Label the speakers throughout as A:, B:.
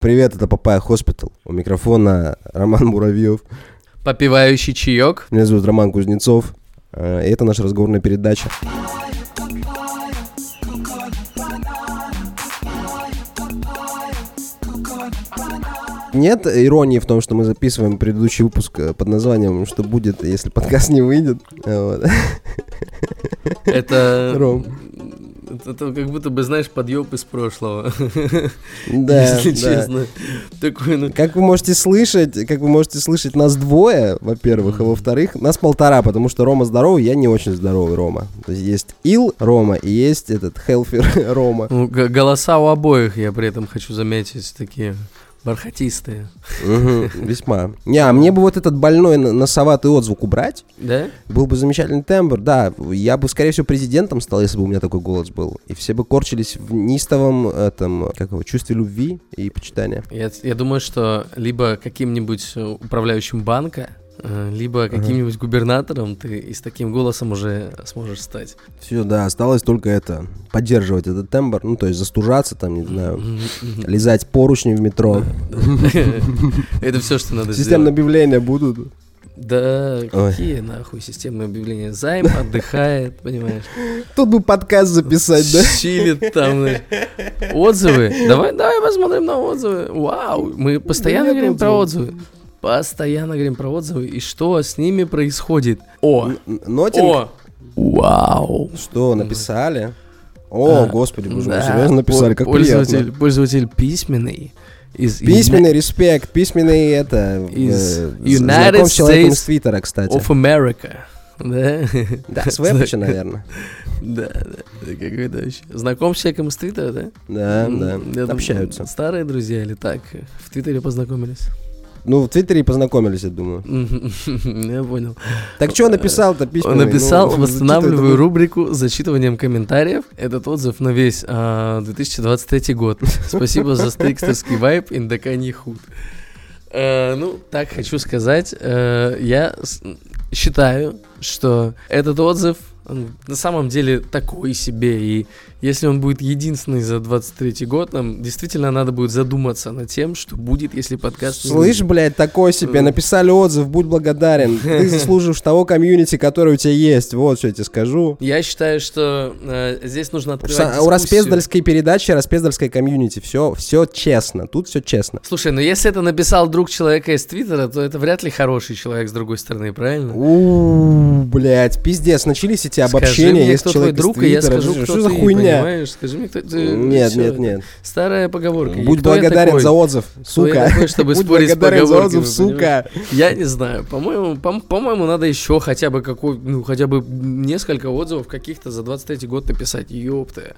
A: Привет, это Папая Хоспитал. У микрофона Роман Муравьев.
B: Попивающий чаек.
A: Меня зовут Роман Кузнецов. Э, И это наша разговорная передача. Нет иронии в том, что мы записываем предыдущий выпуск э, под названием «Что будет, если подкаст не выйдет?» Э, вот.
B: Это...
A: Ром.
B: Это это как будто бы, знаешь, подъеб из прошлого.
A: Да,
B: Если
A: да.
B: честно. Такой, ну...
A: Как вы можете слышать, как вы можете слышать, нас двое, во-первых, а во-вторых, нас полтора, потому что Рома здоровый, я не очень здоровый Рома. То есть есть Ил Рома и есть этот Хелфер Рома.
B: ну, г- Голоса у обоих, я при этом хочу заметить, такие бархатистые.
A: Мгм, Весьма. Не, а мне бы вот этот больной н- носоватый отзвук убрать,
B: Да?
A: был бы замечательный тембр, да. Я бы, скорее всего, президентом стал, если бы у меня такой голос был. И все бы корчились в нистовом, этом, как его, чувстве любви и почитания.
B: Я, я думаю, что либо каким-нибудь э, управляющим банка, э, либо каким-нибудь губернатором ты и с таким голосом уже сможешь стать.
A: Все, да, осталось только это, поддерживать этот тембр, ну, то есть застужаться там, не знаю, лизать поручни в метро.
B: Это все, что надо
A: Системные
B: сделать.
A: объявления будут.
B: Да,
A: Ой.
B: какие нахуй системные объявления? Займ отдыхает, понимаешь?
A: Тут бы подкаст записать, да?
B: Чилит там. знаешь. Отзывы. Давай, давай посмотрим на отзывы. Вау, мы постоянно
A: нет
B: говорим про отзывы. Постоянно говорим про отзывы. И что с ними происходит? О,
A: Н- Нотинг,
B: о, вау.
A: что написали? О,
B: А,
A: господи, боже мой,
B: Да,
A: серьезно написали,
B: пол-
A: как
B: пользователь,
A: приятно.
B: пользователь письменный. Из
A: Письменный респект, письменный это...
B: Из
A: э,
B: United
A: знаком с человеком
B: States
A: из Твиттера,
B: United
A: кстати.
B: of America. Да?
A: Да, с Вэпча, наверное.
B: Да, да. Это Какой-то вообще. Знаком с человеком из Твиттера, да?
A: Да,
B: М,
A: Эм, да,
B: я думаю,
A: общаются.
B: Старые друзья или так? В Твиттере познакомились.
A: Ну, в Твиттере и познакомились, я думаю.
B: Мгм, Я понял.
A: Так что написал-то
B: Он
A: письменный?
B: Э, написал
A: Ну,
B: восстанавливаю
A: зачитывай
B: рубрику с зачитыванием комментариев. Этот отзыв на весь а, 2023 год. Спасибо за стрикстерский вайб индака не худ. Э, Ну, так хочу сказать. э, Я с- считаю, что этот отзыв он на самом деле такой себе. И если он будет единственный за 23 год, нам действительно надо будет задуматься над тем, что будет, если подкаст... не
A: Слышь,
B: выйдет.
A: блядь, такой себе, написали отзыв, будь благодарен. Ты заслужишь того комьюнити, которое у тебя есть. Вот что я тебе скажу.
B: Я считаю, что э, здесь нужно
A: Са-
B: открывать
A: а У
B: дискуссию.
A: Распездальской передачи, Распездальской комьюнити, все, все честно, тут все честно.
B: Слушай, ну если это написал друг человека из Твиттера, то это вряд ли хороший человек с другой стороны, правильно?
A: У, блядь, пиздец, начались эти
B: Скажи
A: обобщения,
B: мне,
A: есть
B: кто твой
A: человек из
B: друг, и я
A: Твиттера.
B: скажу,
A: Что-
B: кто
A: Что за
B: ты,
A: хуйня?
B: понимаешь? Скажи мне, кто ты.
A: Нет,
B: Всё,
A: нет,
B: это
A: нет.
B: Старая поговорка. И
A: Будь
B: кто я
A: благодарен
B: такой?
A: за отзыв,
B: Кто я
A: сука.
B: такой, чтобы
A: Будь
B: спорить с
A: благодарен за
B: поговорками,
A: отзыв, сука.
B: Я не знаю. По-моему, по- по-моему, надо еще хотя бы какой, ну, хотя бы несколько отзывов каких-то за 23 год написать. Ёпта.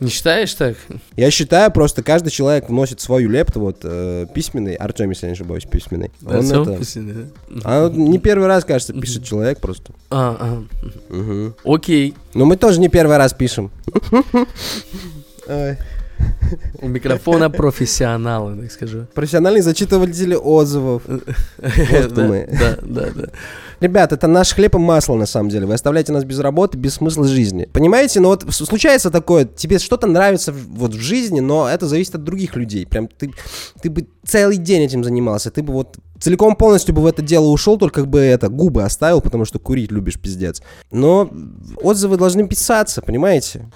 B: Не считаешь так?
A: Я считаю, просто каждый человек вносит свою лепту, вот, э, письменный, Артем, если я не ошибаюсь, письменный. Он
B: Артём
A: это...
B: Пустин, да?
A: А он не первый раз, кажется, пишет человек просто.
B: А, а. Окей.
A: Но мы тоже не первый раз пишем. Ой.
B: У микрофона профессионалы, так скажу.
A: Профессиональные зачитыватели отзывов. Вот
B: Да,
A: кто мы.
B: Да, да, да.
A: Ребят, это наш хлеб и масло, на самом деле. Вы оставляете нас без работы, без смысла жизни. Понимаете, но вот с- случается такое, тебе что-то нравится в- вот в жизни, но это зависит от других людей. Прям ты, ты бы целый день этим занимался, ты бы вот целиком полностью бы в это дело ушел, только бы это, губы оставил, потому что курить любишь, пиздец. Но отзывы должны писаться, понимаете?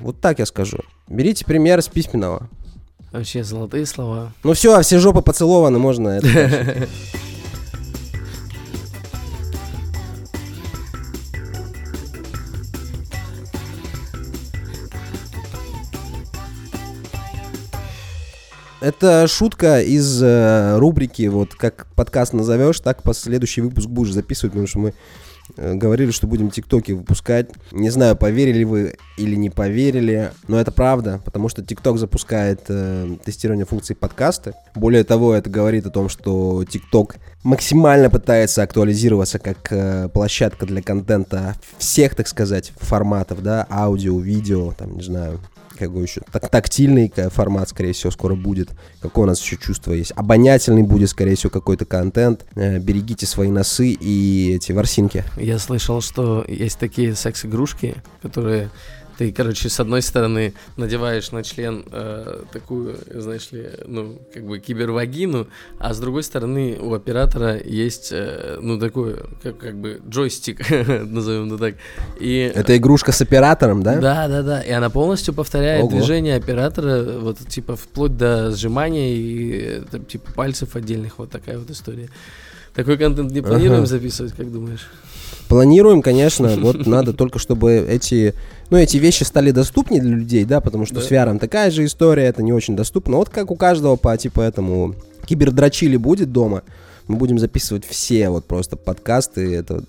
A: Вот так я скажу. Берите пример с письменного.
B: Вообще золотые слова.
A: Ну все, все жопы поцелованы, можно это. дальше. Это шутка из э, рубрики, вот как подкаст назовешь, так последующий выпуск будешь записывать, потому что мы э, говорили, что будем тиктоки выпускать. Не знаю, поверили вы или не поверили, но это правда, потому что тикток запускает э, тестирование функций подкаста. Более того, это говорит о том, что тикток максимально пытается актуализироваться как э, площадка для контента всех, так сказать, форматов, да, аудио, видео, там, не знаю, какой еще так, тактильный э, формат, скорее всего, скоро будет. Какое у нас еще чувство есть? Обонятельный будет, скорее всего, какой-то контент. Э, берегите свои носы и эти ворсинки.
B: Я слышал, что есть такие секс-игрушки, которые Ты, короче, с одной стороны надеваешь на член э, такую, знаешь ли, ну, как бы кибервагину, а с другой стороны у оператора есть, э, ну, такой, как, как бы джойстик, назовем это так. И,
A: Это игрушка с оператором, да?
B: да, да, да. И она полностью повторяет
A: Ого.
B: движение оператора, вот типа вплоть до сжимания и э, там, типа пальцев отдельных. Вот такая вот история. Такой контент не
A: Ага.
B: планируем записывать, как думаешь?
A: Планируем, конечно, вот надо только, чтобы эти, ну, эти вещи стали доступнее для людей, да, потому что
B: Да.
A: с VR такая же история, это не очень доступно. Вот как у каждого по типа этому кибердрочили будет дома, мы будем записывать все вот просто подкасты. Это...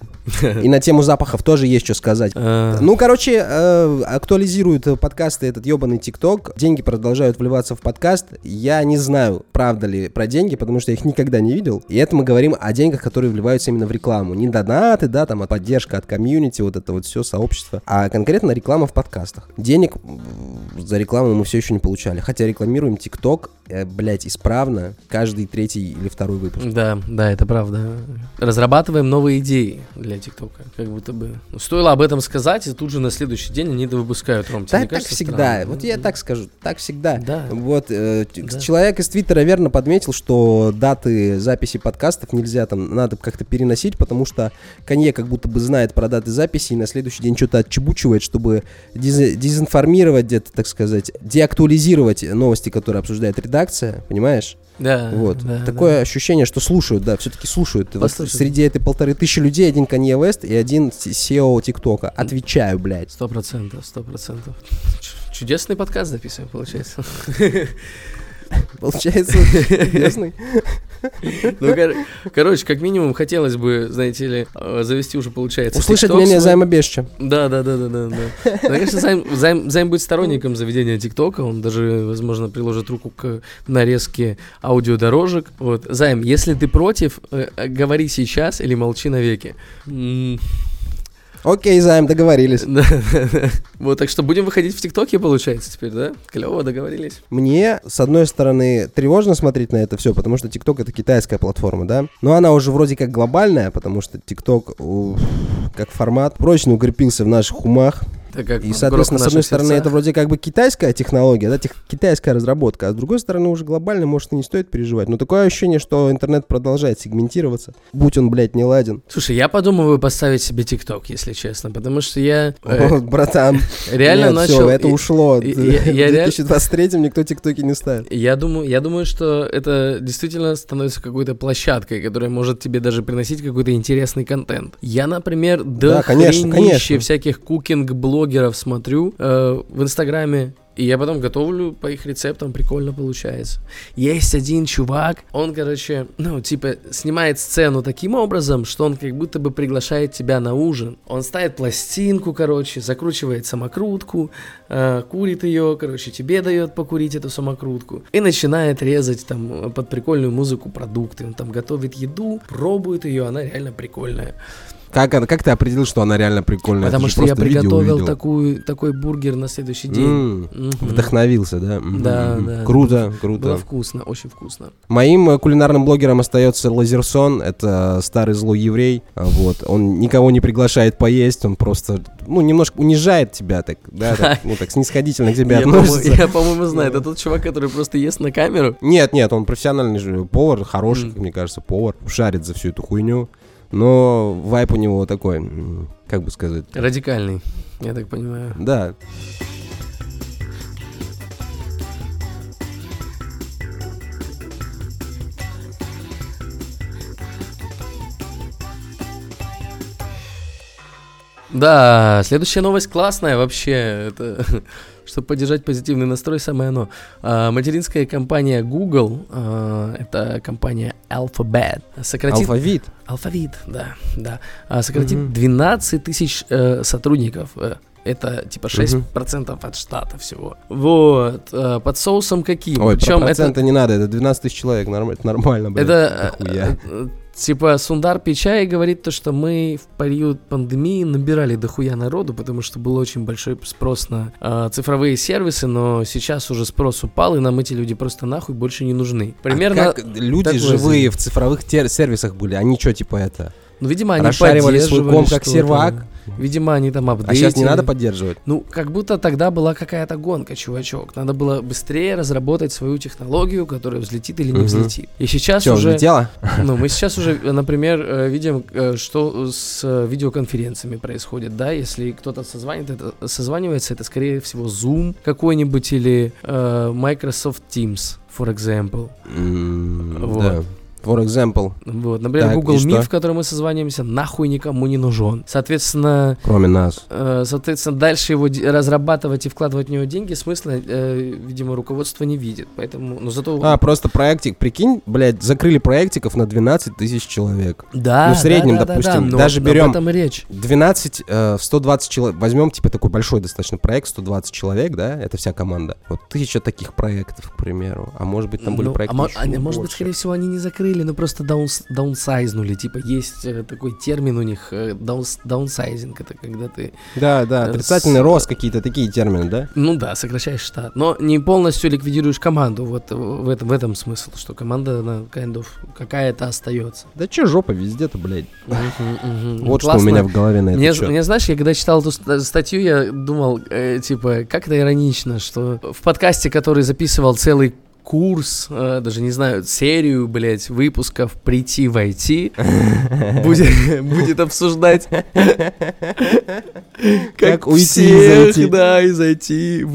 A: И на тему запахов тоже есть что сказать.
B: А,
A: Ну, короче, э, актуализируют э, подкасты этот ебаный ТикТок. Деньги продолжают вливаться в подкаст. Я не знаю, правда ли про деньги, потому что я их никогда не видел. И это мы говорим о деньгах, которые вливаются именно в рекламу. Не донаты, да, там, а поддержка от комьюнити, вот это вот все сообщество. А конкретно реклама в подкастах. Денег м, за рекламу мы все еще не получали. Хотя рекламируем ТикТок, э, блядь, исправно каждый третий или второй выпуск.
B: Да, да, это правда. Разрабатываем новые идеи для ТикТока, как будто бы. Ну, Стоило об этом сказать, и тут же на следующий день они это выпускают, Ром. тебе
A: Так,
B: не
A: так
B: кажется
A: всегда.
B: странным?
A: вот я так скажу, так всегда.
B: Да.
A: Вот э, т-
B: Да.
A: человек из Твиттера верно подметил, что даты записи подкастов нельзя там, надо как-то переносить, потому что Конье как будто бы знает про даты записи и на следующий день что-то отчебучивает, чтобы диз- дезинформировать где-то, так сказать, деактуализировать новости, которые обсуждает редакция, понимаешь?
B: Да.
A: вот.
B: А, да, да.
A: Такое ощущение, что слушают, да, все-таки слушают. Вот
B: Послушают.
A: среди этой полторы тысячи людей один Конье Вест и один с- SEO ТикТока. Отвечаю, блядь.
B: Сто процентов, сто процентов. Ч- Чудесный подкаст записываем, получается.
A: Получается, честный.
B: Ну, кор- короче, как минимум хотелось бы, знаете ли, э, завести уже получается.
A: Услышать
B: TikTok
A: мнение
B: свой.
A: Займа Бешча.
B: Да, да, да, да, да, да. Ну, Конечно, Займ, Займ- Займ будет сторонником заведения ТикТока. Он даже, возможно, приложит руку к нарезке аудиодорожек. Вот. Займ, если ты против, э, э, говори сейчас или молчи навеки. М,
A: Окей, Займ, договорились.
B: да. Вот, так что будем выходить в ТикТоке, получается, теперь, да? Клево, договорились.
A: Мне, с одной стороны, тревожно смотреть на это все, потому что TikTok это китайская платформа, да? Но она уже вроде как глобальная, потому что TikTok уф, как формат прочно укрепился в наших умах.
B: Так как
A: И, соответственно,
B: горох в
A: с одной
B: наших
A: стороны,
B: сердцах.
A: это вроде как бы китайская технология, да, тех- китайская разработка, а с другой стороны, уже глобально, может, и не стоит переживать. Но такое ощущение, что интернет продолжает сегментироваться, будь он, блядь, не ладен.
B: Слушай, я подумываю поставить себе ТикТок, если честно, потому что я э,
A: Вот, братан,
B: реально
A: нет,
B: начал...
A: всё, это
B: и-
A: ушло. В
B: и- я- я реаль-
A: 2023 никто тиктоки не ставит.
B: Я думаю, я думаю, что это действительно становится какой-то площадкой, которая может тебе даже приносить какой-то интересный контент. Я, например, до
A: Да, конечно, конечно.
B: всяких кукинг-блогеров смотрю э, в Инстаграме. И я потом готовлю по их рецептам, прикольно получается. Есть один чувак, он, короче, ну, типа, снимает сцену таким образом, что он как будто бы приглашает тебя на ужин. Он ставит пластинку, короче, закручивает самокрутку, э, курит ее, короче, тебе дает покурить эту самокрутку. И начинает резать там э, под прикольную музыку продукты. Он там готовит еду, пробует ее, она реально прикольная.
A: Как, она- как ты определил, что она реально прикольная?
B: Потому
A: Ты же
B: что я
A: просто видео
B: приготовил
A: увидел.
B: такую, такой бургер на следующий день.
A: М,
B: Мгм.
A: Вдохновился, да? М,
B: Да,
A: м,
B: да.
A: Круто, круто.
B: Было вкусно, очень вкусно.
A: Моим э, кулинарным блогером остается Лазерсон, это э, старый злой еврей, а, вот, он никого не приглашает поесть, он просто, ну, немножко унижает тебя так, да, так, ну, так снисходительно к тебе
B: Я, по-моему,
A: относится.
B: я, по-моему, знаю, это тот чувак, который просто ест на камеру.
A: Нет, нет, он профессиональный же повар, хороший,
B: Мгм.
A: мне кажется, повар, шарит за всю эту хуйню, но вайп у него такой, м, как бы сказать,
B: Радикальный, я так понимаю.
A: да,
B: Да, следующая новость классная вообще. Это, чтобы поддержать позитивный настрой, самое оно. А, материнская компания Google, а, это компания Alphabet, сократит...
A: алфавит.
B: Алфавит, да, да. А, сократит
A: Мгм.
B: 12 тысяч э, сотрудников. Э, Это типа 6% от штата всего. Вот. э, под соусом каким?
A: Ой,
B: Причём
A: про проценты не надо, это 12 тысяч человек, норм- это нормально, блядь.
B: Это э,
A: дохуя.
B: э, типа Сундар Пичай говорит то, что мы в период пандемии набирали дохуя народу, потому что был очень большой спрос на э, цифровые сервисы, но сейчас уже спрос упал, и нам эти люди просто нахуй больше не нужны.
A: А
B: Примерно,
A: как люди
B: такое
A: живые в цифровых тер- сервисах были, они что, типа это?
B: ну, видимо, они
A: расшаривали свой
B: поддерживали
A: ком как
B: что-то.
A: сервак?
B: Видимо, они там
A: А
B: апдейтили.
A: сейчас не надо поддерживать?
B: Ну, как будто тогда была какая-то гонка, чувачок. Надо было быстрее разработать свою технологию, которая взлетит или не
A: Мгм.
B: взлетит. И сейчас
A: Все,
B: уже...
A: взлетело?
B: Ну, мы сейчас уже, э, например, э, видим, э, что с э, видеоконференциями происходит, да, если кто-то созванит, это, созванивается, это, скорее всего, Zoom какой-нибудь или э, Microsoft Teams, for example.
A: М,
B: Вот.
A: Да. For example,
B: Вот, например,
A: Так, и
B: Google Meet,
A: что?
B: в котором мы созваниваемся, нахуй никому не нужен. Соответственно,
A: кроме нас.
B: э, соответственно, дальше его де- разрабатывать и вкладывать в него деньги смысла, э, видимо, руководство не видит. Поэтому, но зато...
A: А, просто проектик, прикинь, блядь, закрыли проектиков на 12 тысяч человек.
B: да,
A: ну, в среднем,
B: да, да, да,
A: допустим,
B: но
A: даже
B: об
A: берем
B: этом и речь.
A: 12, э, в 120 человек, возьмем, типа, такой большой достаточно проект, 120 человек, да, это вся команда. Вот тысяча таких проектов, к примеру. А может быть, там были
B: Ну, а
A: проекты
B: мо-
A: ещё
B: а не- может быть,
A: больше.
B: скорее всего, они не закрыли, но просто даунс- даунсайзнули. Типа есть э, такой термин у них, э, даунс- даунсайзинг, это когда ты,
A: Да, да,
B: э,
A: отрицательный
B: с-
A: рост, какие-то такие термины, да?
B: ну да, сокращаешь штат, но не полностью ликвидируешь команду. Вот э, в этом, в этом смысл, что команда, она kind of какая-то остается.
A: Да че жопа везде-то, блядь.
B: Вот
A: Вот что у меня в голове на это
B: Ну, Мне,
A: счёт.
B: мне, знаешь, я когда читал эту ст- статью, я думал, э, типа, как это иронично, что в подкасте, который записывал целый курс, э, даже не знаю, серию, блядь, выпусков «Прийти в IT» будет, будет обсуждать,
A: Как
B: как
A: уйти
B: всех,
A: из IT.
B: да, из IT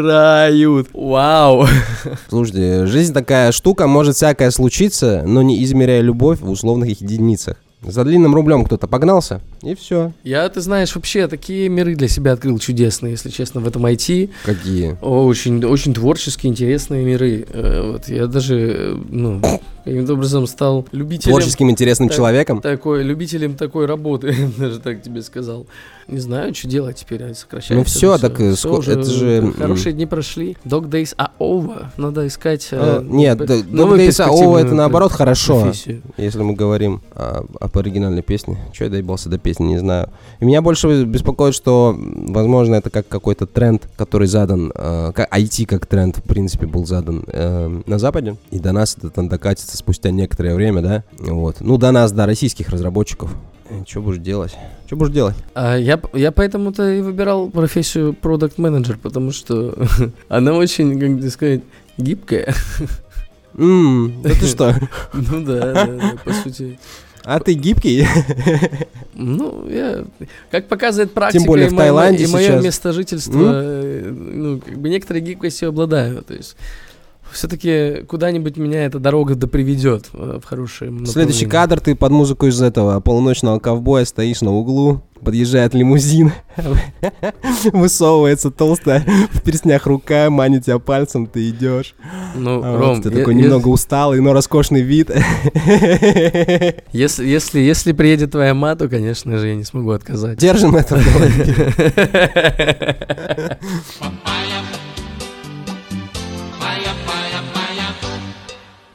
B: выпирают. Вау!
A: Слушайте, жизнь такая штука, может всякое случиться, но не измеряя любовь в условных единицах. За длинным рублем кто-то погнался, и все.
B: Я, ты знаешь, вообще такие миры для себя открыл чудесные, если честно, в этом IT.
A: Какие?
B: О, Очень, очень творческие, интересные миры. Э, Вот я даже, э, ну, каким-то образом стал любителем
A: Творческим интересным
B: Так.
A: человеком.
B: такой, любителем такой работы, я бы даже так тебе сказал. Не знаю, что делать теперь, а, сокращается.
A: Ну всё,
B: всё.
A: так, э,
B: Всё
A: ско-
B: уже,
A: это же,
B: э,
A: м.
B: Хорошие дни прошли. Dog Days are over. Надо искать...
A: А,
B: э,
A: Нет,
B: п-
A: да,
B: новую
A: Dog Days are Over это
B: перспективную
A: наоборот хорошо,
B: профессию.
A: если мы говорим а, об оригинальной песне. Че я доебался до песни, не знаю. И меня больше беспокоит, что, м, возможно, это как какой-то тренд, который задан, э, как IT как тренд, в принципе, был задан э, на Западе, и до нас это там докатится спустя некоторое время, да? Вот. Ну, до нас, да, российских разработчиков. Что будешь делать? Что будешь делать?
B: А я, п- я поэтому-то и выбирал профессию продукт менеджер потому что она очень, как бы сказать, гибкая.
A: М, да ты что?
B: Ну да, да, да, по сути.
A: А ты гибкий?
B: Ну, я, как показывает практика,
A: более
B: и
A: в
B: моё-
A: Таиланде
B: и мое
A: сейчас.
B: место жительства,
A: М?
B: э, ну, как бы некоторые гибкостью обладаю. То есть, все-таки куда-нибудь меня эта дорога да приведет э, в хорошее
A: Следующий
B: направление.
A: кадр, ты под музыку из этого полуночного ковбоя стоишь на углу, подъезжает лимузин, высовывается толстая в перстнях рука, манит тебя пальцем, ты идешь.
B: Ну,
A: А вот
B: Ром,
A: ты
B: е-
A: такой
B: е-
A: немного усталый, но роскошный вид.
B: если, если, если приедет твоя ма, то, конечно же, я не смогу отказать.
A: Держим это. в голове.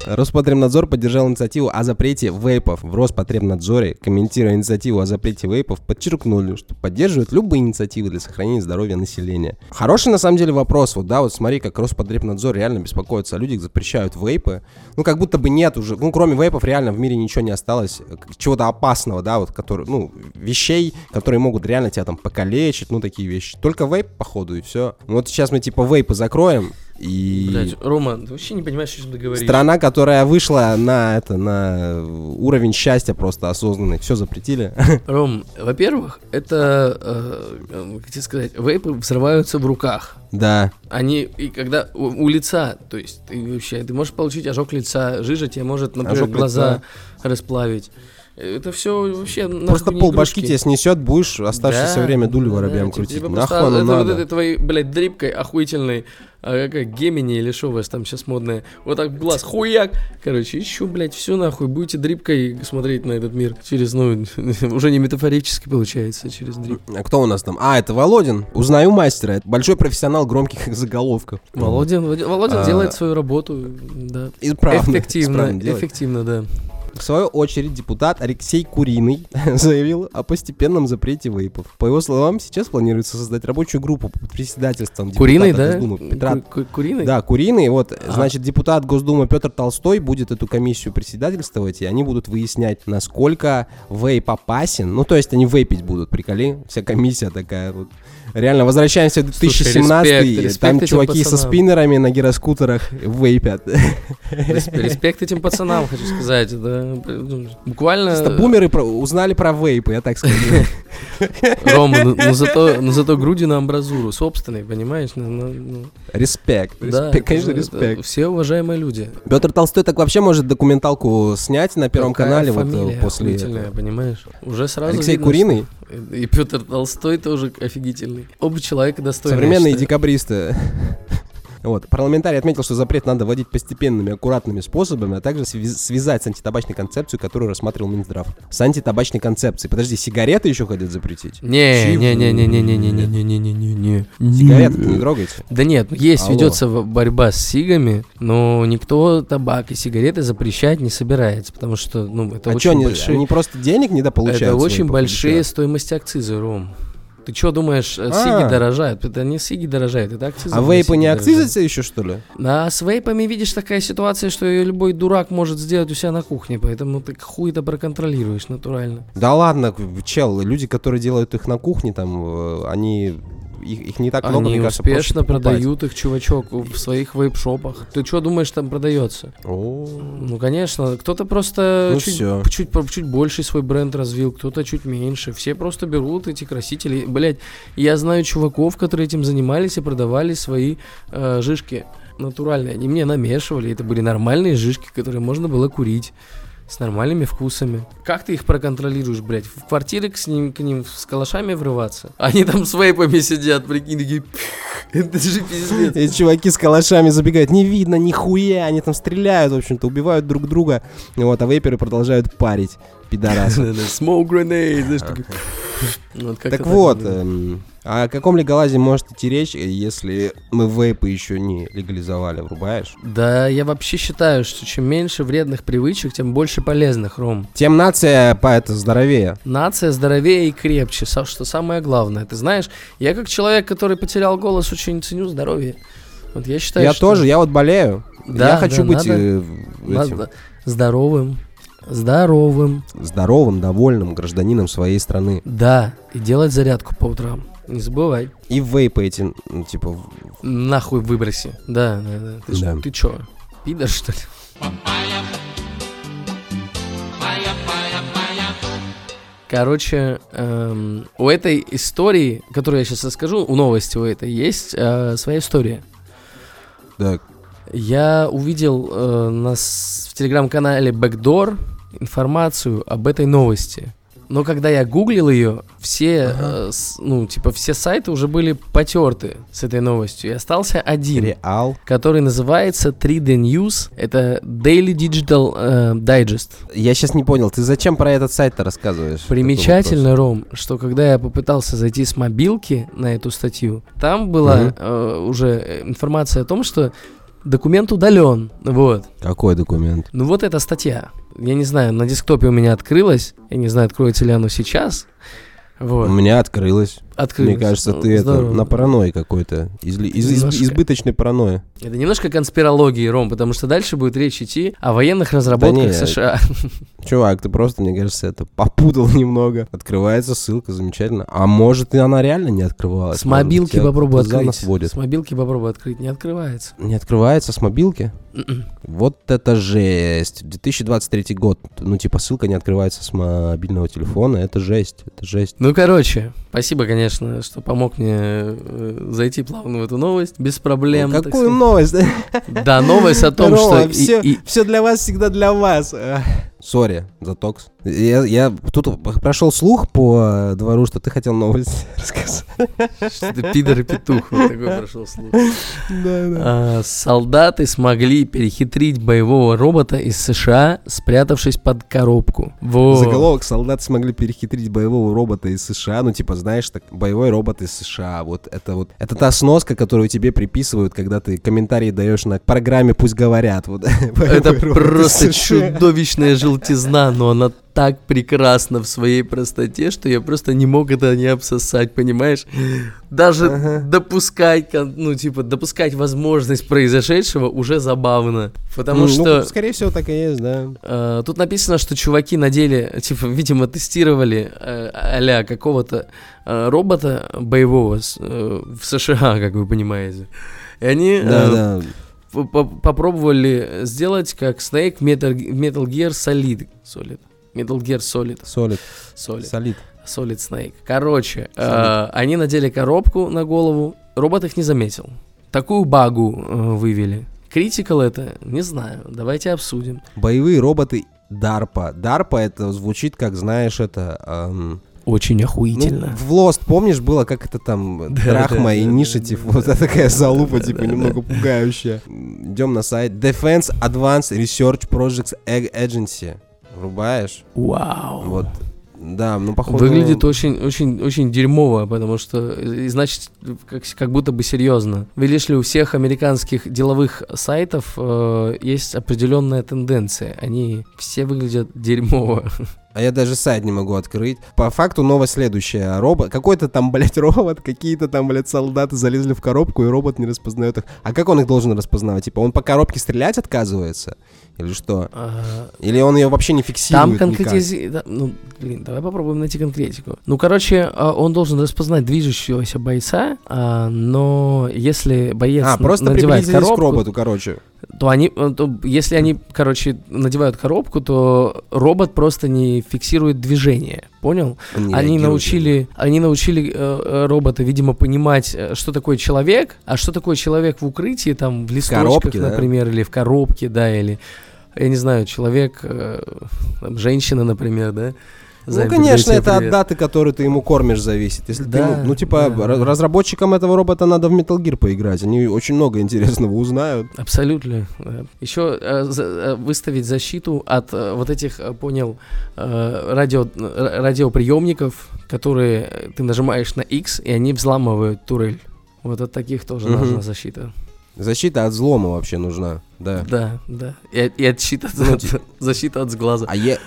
A: Роспотребнадзор поддержал инициативу о запрете вейпов. В Роспотребнадзоре, комментируя инициативу о запрете вейпов, подчеркнули, что поддерживают любые инициативы для сохранения здоровья населения. Хороший, на самом деле, вопрос. Вот, да, вот смотри, как Роспотребнадзор реально беспокоится о людях, запрещают вейпы. Ну, как будто бы нет уже, ну, кроме вейпов, реально в мире ничего не осталось, э, к- чего-то опасного, да, вот, который, ну, вещей, которые могут реально тебя там покалечить, ну, такие вещи. Только вейп, походу, и все. Вот сейчас мы, типа, вейпы закроем, и...
B: Блядь, Рома, ты вообще не понимаешь, о чем ты говоришь.
A: Страна, которая вышла на это, на уровень счастья просто осознанный. Все запретили.
B: Ром, во-первых, это, э, э, как тебе сказать, вейпы взрываются в руках.
A: Да.
B: Они, и когда у, у лица, то есть ты вообще, ты можешь получить ожог лица, жижа тебе может, например,
A: Ожог
B: глаза
A: лица.
B: расплавить. Это все вообще нахуй
A: Просто
B: не
A: пол башки
B: игрушки.
A: тебе снесет, будешь оставшееся
B: Да,
A: время дуль
B: да,
A: воробьям
B: да,
A: крутить.
B: типа
A: Нахуй
B: просто
A: оно
B: это вот
A: надо?
B: этой твоей, блядь, дрипкой охуительной, а, как гемини или что у вас там сейчас модное. Вот так в глаз хуяк. Короче, еще, блядь, все нахуй. Будете дрипкой смотреть на этот мир через, ну, уже не метафорически получается, через дрип.
A: А кто у нас там? А, это Володин. Узнаю мастера. Это большой профессионал громких заголовков.
B: Володин, Володин
A: А.
B: делает свою работу, да.
A: И правда,
B: эффективно,
A: исправно делает.
B: эффективно, да.
A: В свою очередь депутат Алексей Куриный заявил о постепенном запрете вейпов. По его словам, сейчас планируется создать рабочую группу под председательством депутата
B: Куриный, да?
A: Госдумы Петра
B: Ку- ку- Куриный?
A: Да, куриный. Вот,
B: А.
A: значит, депутат Госдумы Петр Толстой будет эту комиссию председательствовать, и они будут выяснять, насколько вейп опасен. Ну, то есть они вейпить будут, приколи. Вся комиссия такая вот. Реально, возвращаемся в 2017
B: респект, респект
A: Там
B: этим
A: чуваки со
B: пацанам.
A: спиннерами на гироскутерах вейпят.
B: Респ- Респект этим пацанам, хочу сказать. Это, ну,
A: Просто
B: буквально...
A: бумеры про- узнали про вейпы, я так скажу.
B: Рома, ну, ну зато, ну зато груди на амбразуру, собственной, понимаешь? Ну, ну, ну,
A: Респект.
B: да,
A: Респект, Конечно,
B: это-
A: респект.
B: это Все уважаемые люди.
A: Петр Толстой так вообще может документалку снять на Первом
B: Какая
A: канале вот э,
B: фамилия
A: после
B: охуительная,
A: этого.
B: понимаешь? Уже сразу
A: Алексей
B: видно,
A: Куриный,
B: что- И Петр Толстой тоже офигительный. Оба человека достойные.
A: Современные
B: я считаю.
A: декабристы. Вот. Парламентарий отметил, что запрет надо вводить постепенными, аккуратными способами, а также сви- связать с антитабачной концепцией, которую рассматривал Минздрав. С антитабачной концепцией. Подожди, сигареты еще хотят запретить?
B: Не,
A: Чего?
B: не, не, не, не, не, не, не, не, не, не, не, не.
A: Сигареты не трогайте.
B: Да нет, есть,
A: Алло.
B: ведется в- борьба с сигами, но никто табак и сигареты запрещать не собирается, потому что, ну, это
A: а что,
B: очень
A: они,
B: большие...
A: они просто денег не дополучают?
B: это
A: своим
B: очень
A: по
B: большие
A: плечу?
B: стоимости акцизы, Ром. Ты что думаешь, э,
A: А.
B: сиги дорожают? Это не сиги дорожают, это акцизы.
A: А
B: на
A: вейпы
B: сиги
A: не
B: дорожают.
A: акцизятся еще, что ли?
B: Да, а с вейпами, видишь, такая ситуация, что её любой дурак может сделать у себя на кухне, поэтому ты хуй это проконтролируешь натурально.
A: Да ладно, к- чел, люди, которые делают их на кухне, там, э, они... Их, их не так много,
B: Они
A: мне кажется, проще
B: успешно
A: покупать.
B: продают их, чувачок, в своих вейп-шопах. Ты что думаешь, там продается?
A: О.
B: Ну, конечно, кто-то просто
A: Ну,
B: чуть,
A: всё.
B: чуть, по- чуть больше свой бренд развил, кто-то чуть меньше. Все просто берут эти красители. Блять, я знаю чуваков, которые этим занимались и продавали свои э, жишки натуральные. Они мне намешивали, это были нормальные жишки, которые можно было курить. С нормальными вкусами. Как ты их проконтролируешь, блядь? В квартиры к, с ним, к ним с калашами врываться? Они там с вейпами сидят, прикинь, такие... Это же пиздец.
A: Эти чуваки с калашами забегают, не видно нихуя, они там стреляют, в общем-то, убивают друг друга, вот, а вейперы продолжают парить, пидорасы.
B: Smoke grenade, знаешь, такой. Ну, вот как-то
A: Так вот,
B: выглядит.
A: эм, о каком легалазе может идти речь, если мы вейпы еще не легализовали, врубаешь?
B: Да, я вообще считаю, что чем меньше вредных привычек, тем больше полезных, Ром.
A: Тем нация, поэта, здоровее.
B: Нация здоровее и крепче, со- что самое главное. Ты знаешь, я как человек, который потерял голос, очень ценю здоровье. Вот я считаю,
A: Я
B: что
A: тоже, я вот болею.
B: Да,
A: я хочу
B: да,
A: быть
B: надо.
A: э, в-
B: надо
A: этим
B: здоровым, здоровым,
A: здоровым, довольным гражданином своей страны.
B: да, и делать зарядку по утрам. Не забывай.
A: И вейпы эти, ну, типа, в-
B: Нахуй выброси. Да, да, да. Ты, ж-
A: Да.
B: ты чё, пидор, что ли? Короче, эм, у этой истории, которую я сейчас расскажу, у новости у этой есть э, своя история.
A: так,
B: Я увидел э, на с- в телеграм-канале Backdoor информацию об этой новости. Но когда я гуглил ее, все, э, с- ну, типа, все сайты уже были потерты с этой новостью. И остался один
A: реал.
B: который называется 3D News. Это Daily Digital э, Digest.
A: Я сейчас не понял, ты зачем про этот сайт-то рассказываешь?
B: Примечательно, Ром, что когда я попытался зайти с мобилки на эту статью, там была
A: Мгм.
B: э, уже э, информация о том, что документ удален. Вот.
A: Такой вопрос. Какой документ?
B: Ну вот эта статья. Я не знаю, на десктопе у меня открылась. Я не знаю, откроется ли оно сейчас. Вот.
A: У меня открылось.
B: Открылась.
A: Мне кажется,
B: Ну,
A: ты это
B: здорово.
A: на паранойи какой-то. Изли- из- из-
B: Немножко.
A: избыточной паранойи.
B: Это немножко конспирологии, Ром, потому что дальше будет речь идти о военных разработках
A: не,
B: США.
A: Чувак, ты просто, мне кажется, это попутал немного. Открывается ссылка, замечательно. А может, и она реально не открывалась?
B: С
A: Может быть,
B: мобилки
A: тебя
B: попробуй
A: кто-то за
B: открыть.
A: нос водит.
B: С мобилки попробуй открыть, не открывается.
A: Не открывается с мобилки?
B: Мгм.
A: Вот это жесть. 2023 год. Ну, типа, ссылка не открывается с мобильного телефона. Это жесть. Это жесть.
B: Ну, короче, спасибо, конечно, что помог мне э, зайти плавно в эту новость, без проблем. так
A: Какую
B: сказать.
A: новость?
B: Да, новость о том, что... и-
A: все,
B: и-
A: для вас всегда для вас. Сори за токс. Я, я тут прошел слух по э, двору, что ты хотел новость рассказать.
B: Что ты пидор и петух, вот такой прошел слух.
A: Да,
B: А, Солдаты смогли перехитрить боевого робота из США, спрятавшись под коробку. Вот.
A: Заголовок солдаты смогли перехитрить боевого робота из США. Ну, типа, знаешь, так боевой робот из США. Вот это вот. Это та сноска, которую тебе приписывают, когда ты комментарии даешь на программе Пусть говорят. Вот,
B: Это
A: «Боевой робот из
B: просто
A: США».
B: чудовищная желтизна, но она так прекрасна в своей простоте, что я просто не мог это не обсосать, понимаешь? Даже
A: Ага.
B: допускать, кон- ну, типа, допускать возможность произошедшего уже забавно. Потому
A: Ну,
B: что...
A: скорее всего, так и есть, да.
B: Э, Тут написано, что чуваки надели, типа, видимо, тестировали э, а-ля какого-то э, робота боевого с- э, в США, как вы понимаете. И они э,
A: Да, да.
B: п- по- попробовали сделать как Snake Metal, Metal Gear Solid. Solid. Metal Gear Solid.
A: Солид.
B: Solid.
A: Солид.
B: Solid Snake. Короче, э, они надели коробку на голову, робот их не заметил. Такую багу э, вывели. Критикал это? Не знаю. Давайте обсудим.
A: Боевые роботы Дарпа. Дарпа это звучит, как знаешь, это... эм,
B: Очень
A: ну,
B: охуительно.
A: в Lost, помнишь, было, как это там,
B: Да,
A: Драхма
B: да,
A: и
B: да,
A: Initiative,
B: да,
A: вот
B: да,
A: такая
B: да,
A: залупа,
B: да,
A: типа,
B: да,
A: немного пугающая. Идем на сайт Defense Advanced Research Projects Ag- Agency. Врубаешь?
B: Ну, Вау.
A: Вот. Да, ну, походу...
B: Выглядит очень, очень, очень дерьмово, потому что, э, и значит, как, с- как будто бы серьезно. Видишь ли, у всех американских деловых сайтов э, есть определенная тенденция. Они все выглядят дерьмово.
A: А я даже сайт не могу открыть. По факту новость следующая. Робот, какой-то там, блядь, робот, какие-то там, блядь, солдаты залезли в коробку, и робот не распознает их. А как он их должен распознавать? Типа, он по коробке стрелять отказывается? Или что?
B: А,
A: Или он ее вообще не
B: Там
A: фиксирует никак?
B: конкретизи... да, Ну, блин, давай попробуем найти конкретику. Ну, короче, а, он должен распознать движущегося бойца, а, но если боец
A: А,
B: н-
A: просто
B: надевает
A: приблизились к
B: коробку,
A: роботу, короче.
B: то они, э, то если они, короче, надевают коробку, то робот просто не фиксирует движение, понял?
A: Он не
B: они
A: реагирует.
B: научили, они научили э, э, робота, видимо, понимать, э, что такое человек, а что такое человек в укрытии, там, в листочках,
A: коробке, да?
B: например, или в коробке, да, или я не знаю, человек, э, там, женщина, например, да.
A: Ну,
B: Зай,
A: конечно,
B: передаю тебе
A: это от
B: привет.
A: даты, которую ты ему кормишь, зависит. Если ты
B: Да,
A: ему- ну, типа,
B: да.
A: ра- разработчикам этого робота надо в Metal Gear поиграть. Они очень много интересного узнают.
B: Абсолютно. да. Еще э, за- э, выставить защиту от э, вот этих, э, понял, э, радио, р- радиоприемников, которые э, ты нажимаешь на X, и они взламывают турель. Вот от таких тоже
A: Мгм.
B: нужна защита.
A: Защита от взлома вообще нужна. Да.
B: Да, да. И, от- и от щита-
A: Ну, ти-
B: защита от сглаза.
A: А я...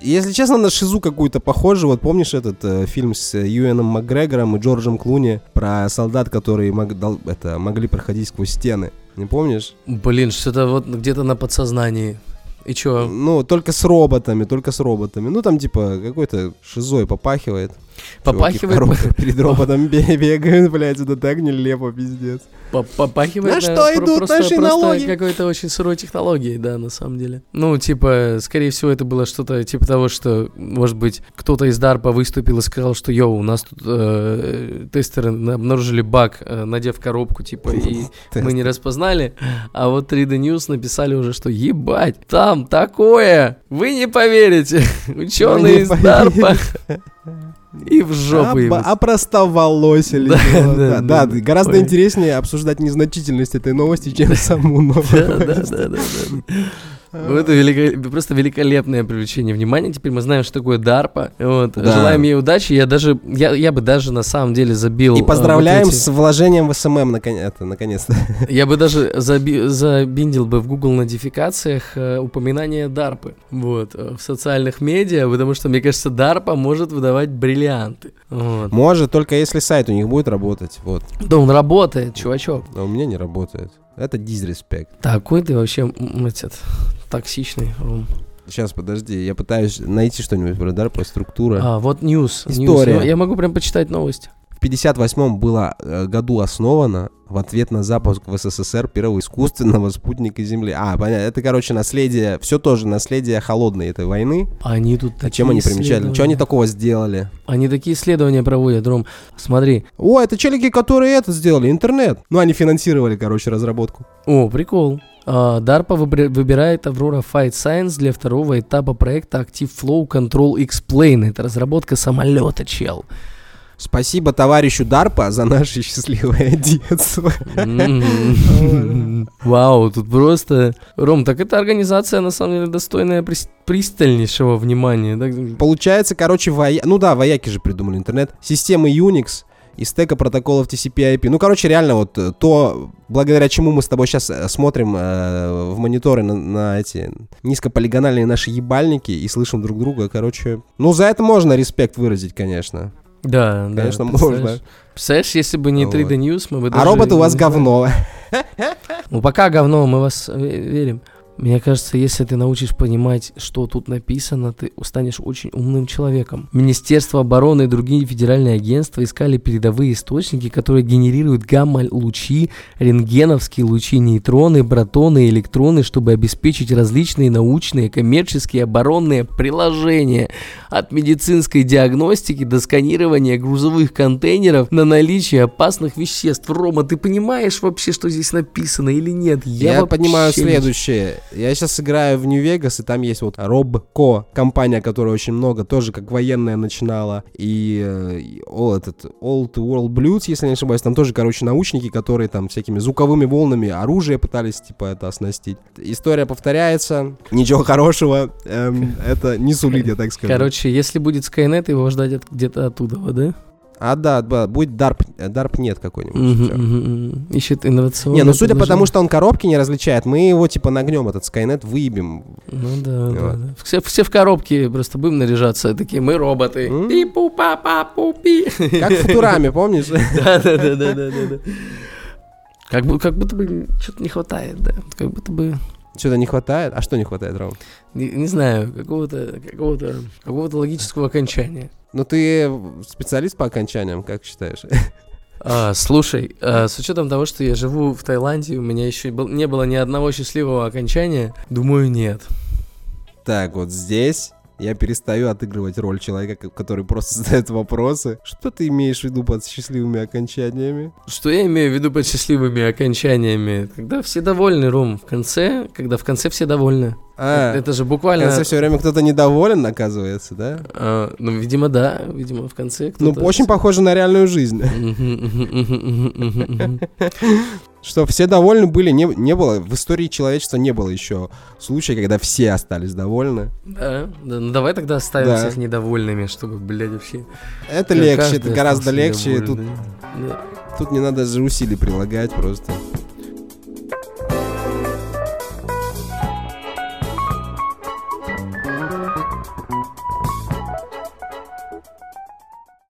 A: Если честно, на Шизу какую-то похоже. Вот помнишь этот э, фильм с э, Юэном Макгрегором и Джорджем Клуни про солдат, которые мог- дол- это, могли проходить сквозь стены? Не помнишь?
B: Блин, что-то вот где-то на подсознании. И чё?
A: Ну, только с роботами, только с роботами. Ну, там, типа, какой-то шизой попахивает. Чуваки в
B: Попахивает,
A: коробках перед роботом бе- бегают, блядь, это так нелепо, пиздец.
B: По- Попахивает
A: На
B: да,
A: что идут
B: просто,
A: наши
B: просто
A: налоги?
B: какой-то очень сырой технологии, да, на самом деле. Ну, типа, скорее всего, это было что-то типа того, что, может быть, кто-то из DARPA выступил и сказал, что, йоу, у нас тут э, тестеры обнаружили баг, э, надев коробку, типа, и мы не распознали. А вот 3D News написали уже, что, ебать, там такое! Вы не поверите! Ученые из DARPA! И в жопу
A: Оба-
B: его.
A: опростоволосили.
B: Да,
A: дела.
B: да,
A: Да,
B: да,
A: да,
B: да.
A: гораздо
B: Ой.
A: интереснее обсуждать незначительность этой новости, чем саму
B: Да,
A: новость.
B: да, да, да, да. Вот Это велико- просто великолепное привлечение внимания. Теперь мы знаем, что такое DARPA. Вот.
A: Да.
B: Желаем ей удачи. Я даже, я, я бы даже на самом деле забил.
A: И
B: э,
A: поздравляем
B: вот эти-
A: с вложением в СММ наконец-то. наконец-то.
B: Я бы даже заби- забиндил бы в Google нотификациях э, упоминание DARPA. Вот. э, В социальных медиа, потому что, мне кажется, DARPA может выдавать бриллианты. Вот.
A: Может, только если сайт у них будет работать. Вот.
B: Да он работает, чувачок.
A: А у меня не работает. Это дизреспект.
B: Такой ты вообще, м, этот, токсичный. Ром.
A: Сейчас, подожди, я пытаюсь найти что-нибудь про DARPA, структура.
B: А, вот News. News.
A: История.
B: Я- я могу прям почитать новость.
A: В 58 было э, году основано в ответ на запуск в СССР первого искусственного спутника Земли. А, понятно, это, короче, наследие, все тоже наследие холодной этой войны.
B: Они тут
A: А
B: такие
A: чем они примечали?
B: исследования-
A: Что они такого сделали?
B: Они такие исследования проводят, Ром. Смотри.
A: О, это челики, которые это сделали, интернет. Ну, они финансировали, короче, разработку.
B: О, прикол. А, DARPA выбри- выбирает Aurora Fight Science для второго этапа проекта Active Flow Control Explain. Это разработка самолета, чел.
A: Спасибо товарищу Дарпа за наше счастливое детство.
B: М. Вау, тут просто... Ром, так эта организация, на самом деле, достойная прис- пристальнейшего внимания. да?
A: Получается, короче, воя... ну да, вояки же придумали интернет. Системы Unix и стека протоколов TCP IP. Ну, короче, реально вот э, то, благодаря чему мы с тобой сейчас смотрим э, в мониторы на, на эти низкополигональные наши ебальники и слышим друг друга, короче. Ну, за это можно респект выразить, конечно.
B: Да, да.
A: Конечно,
B: представляешь?
A: можно.
B: Представляешь, если бы не
A: Вот.
B: 3D News, мы бы
A: А
B: даже
A: робот у
B: не
A: вас
B: знали.
A: говно.
B: Ну, пока говно, мы вас э, верим. Мне кажется, если ты научишь понимать, что тут написано, ты станешь очень умным человеком. Министерство обороны и другие федеральные агентства искали передовые источники, которые генерируют гамма-лучи, рентгеновские лучи, нейтроны, протоны и электроны, чтобы обеспечить различные научные, коммерческие, и оборонные приложения от медицинской диагностики до сканирования грузовых контейнеров на наличие опасных веществ. Рома, ты понимаешь вообще, что здесь написано или нет?
A: Я,
B: вообще
A: понимаю
B: не-
A: следующее. Я сейчас играю в Нью-Вегас, и там есть вот Robco, компания, которая очень много, тоже как военная начинала. И, э, и о, этот Old World Blues, если я не ошибаюсь, там тоже, короче, научники, которые там всякими звуковыми волнами оружие пытались, типа, это оснастить. История повторяется. Ничего хорошего эм, это не сулит, я так скажу.
B: Короче, если будет Skynet, его ждать от- где-то оттуда, да?
A: А, да, да, будет дарп, э, дарп нет какой-нибудь.
B: Мгм,
A: Всё.
B: мгм, мгм. Ищет инновационные
A: Не, ну судя по тому,
B: предложения.
A: что он коробки не различает, мы его типа нагнем, этот Skynet выебем.
B: Ну да, да,
A: Вот.
B: да. Все, все в коробке просто будем наряжаться, такие мы роботы.
A: М.
B: пу па па пу пи
A: Как в Футураме, помнишь?
B: Да, да, да, да, да, да. Как, бу- как будто бы что-то не хватает, да. Вот Как будто бы,
A: Что-то не хватает? А что не хватает, Ром?
B: не, не знаю, какого-то какого-то какого-то логического окончания.
A: Ну ты специалист по окончаниям, как считаешь?
B: А, слушай, а, с учетом того, что я живу в Таиланде, у меня еще и был- не было ни одного счастливого окончания, думаю, нет.
A: Так, вот здесь я перестаю отыгрывать роль человека, к- который просто задает вопросы. Что ты имеешь в виду под счастливыми окончаниями?
B: Что я имею в виду под счастливыми окончаниями? Когда все довольны, Ром, в конце, когда в конце все довольны.
A: А,
B: Это же
A: в
B: буквально...
A: конце все время кто-то недоволен, оказывается, да?
B: а, ну, видимо, да, видимо, в конце
A: Ну,
B: кто-то...
A: очень похоже на реальную жизнь.
B: Мгм, мгм, мгм, мгм, мгм.
A: Что все довольны были, не, не было. В истории человечества не было еще случая, когда все остались довольны.
B: Да, да, ну давай тогда оставим
A: Да.
B: всех недовольными, чтобы, блядь, вообще...
A: Это
B: каждый
A: легче, это
B: остался
A: гораздо легче.
B: недовольным,
A: Тут,
B: да. Да.
A: тут не надо даже усилий прилагать просто.